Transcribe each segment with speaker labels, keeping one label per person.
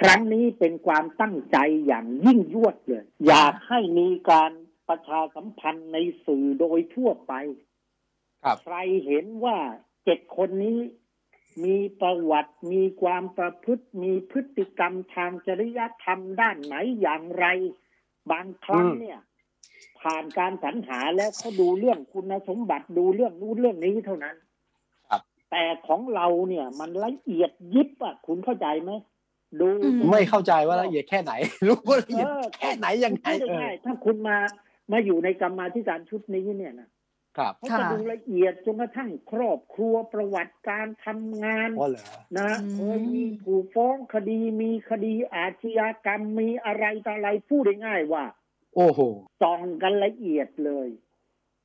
Speaker 1: ครั้งนี้เป็นความตั้งใจอย่างยิ่งยวดเลย อยากให้มีการประชาสัมพันธ์ในสื่อโดยทั่วไป
Speaker 2: ครับ
Speaker 1: ใครเห็นว่าเจ็ดคนนี้มีประวัติมีความประพฤติมีพฤติกรรมทางจริยธรรมด้านไหนอย่างไร บางครั้ง
Speaker 2: อืม
Speaker 1: เนี่ย ผ่านการสรรหาแล้วเขาดูเรื่องคุณสมบัติดูเรื่องนู้นเรื่องนี้เท่านั้น
Speaker 2: ครับ
Speaker 1: แต่ของเราเนี่ย มันละเอียดยิบอ่ะคุณเข้าใจไหมดู
Speaker 3: อืม
Speaker 2: ไม่เข้าใจว่าละเอียดแค่ไหน รู้ว่าละเอียด
Speaker 1: เออ
Speaker 2: แค่ไหนยังไง
Speaker 1: พูด
Speaker 2: เออ
Speaker 1: ง่ายๆถ้าคุณมามาอยู่ในกรรมาธิการชุดนี้เนี่ยนะครับเขาจะ
Speaker 3: ค่ะ
Speaker 1: ดูละเอียดจนกระทั่งครอบครัวประวัติการทำงาน
Speaker 2: ว่าเหรอ
Speaker 1: นะ
Speaker 3: อืม
Speaker 1: เคยมีถูกฟ้องคดีมีคดีอาชญากรรมมีอะไรต่ออะไรพูดได้ง่ายว่า
Speaker 2: โอ้โห
Speaker 1: ส่องกันละเอียดเลย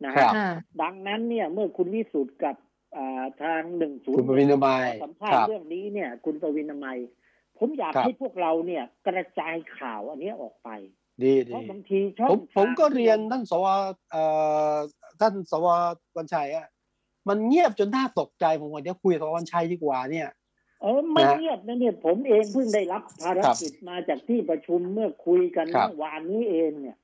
Speaker 1: นะครับ
Speaker 3: ค่ะ
Speaker 1: ดังนั้นเนี่ยเมื่อคุณวิสุทธ์กับอ่าทางหนึ่งศูน
Speaker 2: คุณ
Speaker 1: ย์
Speaker 2: ปวินามัย
Speaker 1: สัมภาษณ์
Speaker 2: ครับ
Speaker 1: เรื่องนี้เนี่ย คุณประวินามัย ผมอยาก
Speaker 2: ครับ
Speaker 1: ให้พวกเราเนี่ย กระจายข่าวอันเนี้ยออกไป
Speaker 2: ดี
Speaker 1: เพ
Speaker 2: ดี
Speaker 1: ราะบางทีช่อง
Speaker 2: ผมผม
Speaker 1: ทาง
Speaker 2: ก็เรียนท่านสวเอ่อท่านสววันชัยอะมันเงียบจนน่าตกใจผมว่าเดี๋ยวคุยกับสววันชัยดีกว่าเนี่ย
Speaker 1: เออไม่
Speaker 2: นะ
Speaker 1: เงียบนะเนี่ยผมเองเพิ่งได้รับภาร
Speaker 2: ครับ
Speaker 1: กิจมาจากที่ประชุมเมื่อคุยกัน
Speaker 2: ครับ
Speaker 1: เมื่อวานนี้เองเนี่ย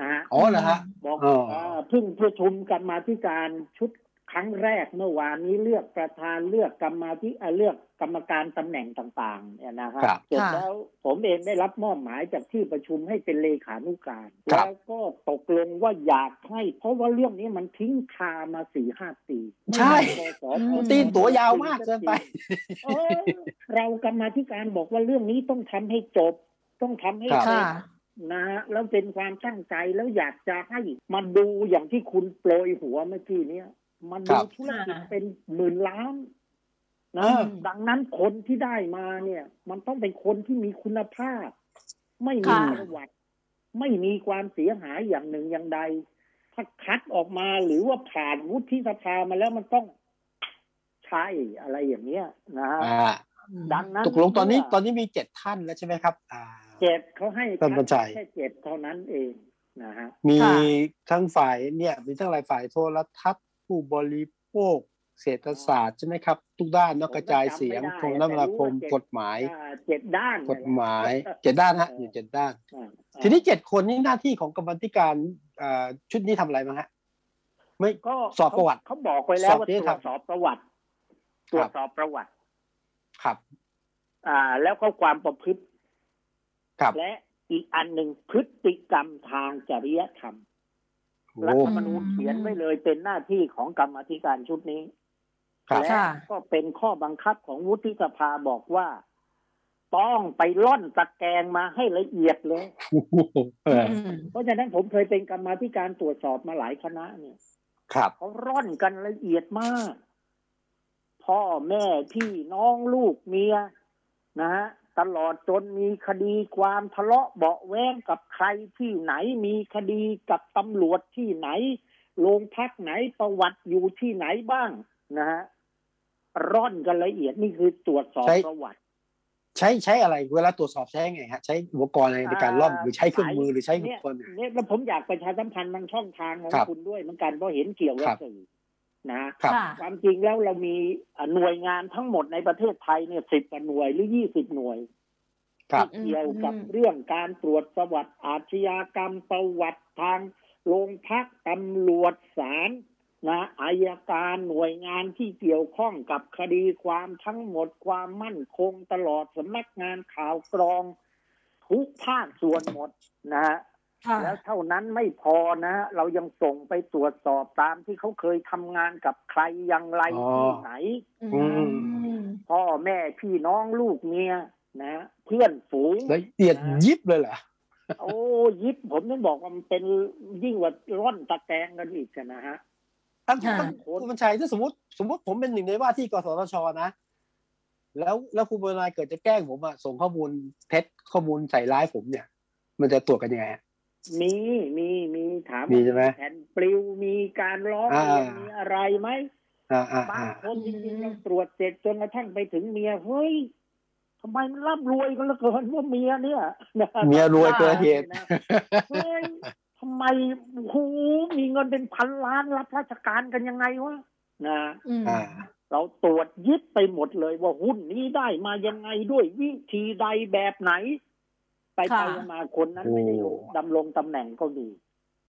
Speaker 1: นะฮะ
Speaker 2: อ๋อเหรอฮะ
Speaker 1: บอก
Speaker 2: อ๋ออ่
Speaker 1: าเพิ่งประชุมกรรมาธิการชุดครั้งแรกเมื่อวานนี้เลือกประธานเลือกกรรมาธิอ่าเลือกกรรมการตำแหน่งต่างๆเนี่ยนะค
Speaker 2: ครั
Speaker 1: รับ เสร็จ
Speaker 3: ค่ะ
Speaker 1: แล้วผมเองได้รับมอบหมายจากที่ประชุมให้เป็นเลขานุการ
Speaker 2: ครั
Speaker 1: แล้
Speaker 2: บ
Speaker 1: วก็ตกลงว่าอยากให้เพราะว่าเรื่องนี้มันทิ้งคามาสี่ห้าปี
Speaker 2: ใช่
Speaker 1: ไม่มีกส
Speaker 3: อืม
Speaker 2: ตีนตัวยาวมากเกินไป
Speaker 1: เออเรากรรมาธิการบอกว่าเรื่องนี้ต้องทำให้จบ ต้องทำให้
Speaker 2: ครับ
Speaker 1: เสร็
Speaker 3: ค่ะ
Speaker 1: จ นะฮะแล้วเป็นความตั้งใจแล้วอยากจะให้มาดูอย่างที่คุณโปรยหัวเมื่อกี้เนี้ยมา
Speaker 2: ค
Speaker 1: ดู
Speaker 2: รับ
Speaker 1: ธุรกิจ
Speaker 3: อ่า
Speaker 1: เป็นหมื่นล้าน
Speaker 2: เอ
Speaker 1: นะ
Speaker 2: อ
Speaker 1: ดังนั้นคนที่ได้มาเนี่ย มันต้องเป็นคนที่มีคุณภาพ ไม่มี
Speaker 3: ค่ะ
Speaker 1: ประวัติ ไม่มีความเสียหายอย่างหนึ่งอย่างใด ถ้าคัดออกมาหรือว่าผ่านวุฒิสภามาแล้วมันต้อง ใช่อะไรอย่างเนี้ยนะฮะ
Speaker 2: อ่า
Speaker 1: ดังนั้น
Speaker 2: ตกลงตอนนี้ต
Speaker 1: เมื่
Speaker 2: อนนี้มีเจ็ดท่านแล้วใช่ไหมครับอ่า
Speaker 1: เจ็บเขาให้
Speaker 2: ท่านบรรจัย
Speaker 1: แค่เจ็บเท่านั้นเองนะฮะ
Speaker 2: มี
Speaker 3: ค่ะ
Speaker 2: ทั้งฝ่ายเนี่ย มีทั้งหลายฝ่ายโทรทัศน์ ผู้บริโภค เศรษฐศาสตร์ใช่ไหมครับ ทุกด้านเนอกกระจายเสียง
Speaker 1: ผมก็
Speaker 2: โท
Speaker 1: จำ
Speaker 2: ร
Speaker 1: ไม่ได้
Speaker 2: คมนาคม
Speaker 1: แต่รู้ว่าเจ็ด
Speaker 2: กฎหมาย
Speaker 1: อ่าเจ็ดด้าน
Speaker 2: กฎห มายเจ็ดด้านฮะอยู่เจ็ดด้าน
Speaker 1: อ่า
Speaker 2: ทีนี้เจ็ดคนนี่หน้าที่ของกรรมาธิการเอ่อชุดนี้ทำอะไรบ้างฮะ ไม่
Speaker 1: ก็
Speaker 2: สอบประวัติ
Speaker 1: เขาบอกไว้แล้วว่า
Speaker 2: สอบนิ
Speaker 1: ตร
Speaker 2: ติธรร
Speaker 1: ว
Speaker 2: ม
Speaker 1: จสอบประวัติ
Speaker 2: ค
Speaker 1: ตรว
Speaker 2: รับ
Speaker 1: จสอบประวัติ
Speaker 2: ครับ
Speaker 1: อ่า แล้วก็ความประพฤติ
Speaker 2: ครับ
Speaker 1: และอีกอันหนึ่งพฤติกรรมทางจริยธรรม
Speaker 2: โอ้
Speaker 1: รัฐธรรมนูญเขียนไว้เลยเป็นหน้าที่ของกรรมาธิการชุดนี้
Speaker 2: ครับ
Speaker 1: และ
Speaker 3: ค่ะ
Speaker 1: ก็เป็นข้อบังคับของวุฒิสภาบอกว่า ต้องไปล่อนตะแกรงมาให้ละเอียดเลย
Speaker 2: เออ
Speaker 3: อืม
Speaker 1: เพราะฉะนั้นผมเคยเป็นกรรมาธิการตรวจสอบมาหลายคณะเนี่ย
Speaker 2: ครับ
Speaker 1: เขาร่อนกันละเอียดมาก พ่อแม่พี่น้องลูกเมียนะฮะตลอดจนมีคดีความทะเลาะเบาะแว้งกับใครที่ไหน มีคดีกับตำรวจที่ไหนโรงพักไหนประวัติอยู่ที่ไหนบ้างนะฮะร่อนกันละเอียดนี่คือตรวจสอบ
Speaker 2: ใช้
Speaker 1: ประวัติ
Speaker 2: ใช้ใช้อะไรเวลาตรวจสอบใช้ไงฮะ ใช้อุปกรณ์อะไรในการล่อน
Speaker 1: อ่า
Speaker 2: หรือใช้เครื่องมือหรือใช้อุปกรณ์เนี่ย
Speaker 1: เนี่ยแล้วผมอยากประชาสัมพันธ์ทางช่องทางของ
Speaker 2: ครับ
Speaker 1: คุณด้วยเหมือนกันเพราะเห็นเกี่ยวกับ
Speaker 2: ครับ
Speaker 1: สื่อนะ
Speaker 2: ครับ
Speaker 3: ค่ะ
Speaker 1: ความจริงแล้วเรามีอ่ะหน่วยงานทั้งหมดในประเทศไทยเนี่ยสิบหน่วยหรือยี่สิบหน่วย
Speaker 2: ครับ
Speaker 1: ที่เกี่ยวกับ
Speaker 3: อืม
Speaker 1: เรื่องการตรวจประวัติอาชญากรรมประวัติทางโรงพักตำรวจศาลนะอายการหน่วยงานที่เกี่ยวข้องกับคดีความทั้งหมดความมั่นคงตลอดสำนักงานข่าวกรอง ทุกภาคส่วนหมดนะฮะ
Speaker 3: ค่ะ
Speaker 1: แล้วเท่านั้นไม่พอนะฮะเรายังส่งไปตรวจสอบตามที่เขาเคยทำงานกับใครอย่างไร
Speaker 2: อ๋อ
Speaker 1: ที่ไหน
Speaker 3: อืม
Speaker 1: พ่อแม่พี่น้องลูกเมียนะฮะเพื่อนฝูง
Speaker 2: ละเอียดยิบเลยเหรอ
Speaker 1: โอ้ยิบผมต้องบอกว่ามันเป็นยิ่งกว่าร่อนตะแกรงกันอีกนะฮะ
Speaker 2: ท่าน
Speaker 3: ค่ะ
Speaker 2: ท่านคุณบัญชัยถ้าสมมติสมมติผมเป็นหนึ่งในว่าที่กสทชนะ แล้วแล้วคุณบรรณายเกิดจะแกล้งผมอะส่งข้อมูลเท็จข้อมูลใส่ร้ายผมเนี่ย มันจะตรวจกันยังไงฮะ
Speaker 1: มีมีมีถาม
Speaker 2: มีใช่ไหม
Speaker 1: แผ่นปลิวมีการร้องเรียน
Speaker 2: อ่ามี
Speaker 1: มีอะไรไหม
Speaker 2: อ่าอ่า
Speaker 1: บา
Speaker 2: อ่าง
Speaker 1: คนจริงๆเราตรวจเสร็จจนกระทั่งไปถึงเมียเฮ้ยทำไมมันร่ำรวยกันเหลือเกินว่าเมียเนี่ยนะฮะ
Speaker 2: เมียรวยเกินเหตุ
Speaker 1: นะ เฮ้ยทำไมโอ้โหมีเงินเป็นพันล้านรับราชการกันยังไงวะนะ
Speaker 3: อืม
Speaker 2: อ่า
Speaker 1: เราตรวจยึดไปหมดเลยว่าหุ้นนี้ได้มายังไงด้วยวิธีใดแบบไหน ไปไป
Speaker 3: ค่ะ
Speaker 1: มาคนนั้นไม่ได้อยู่
Speaker 2: โอ้
Speaker 1: ดำรงตำแหน่งก็มี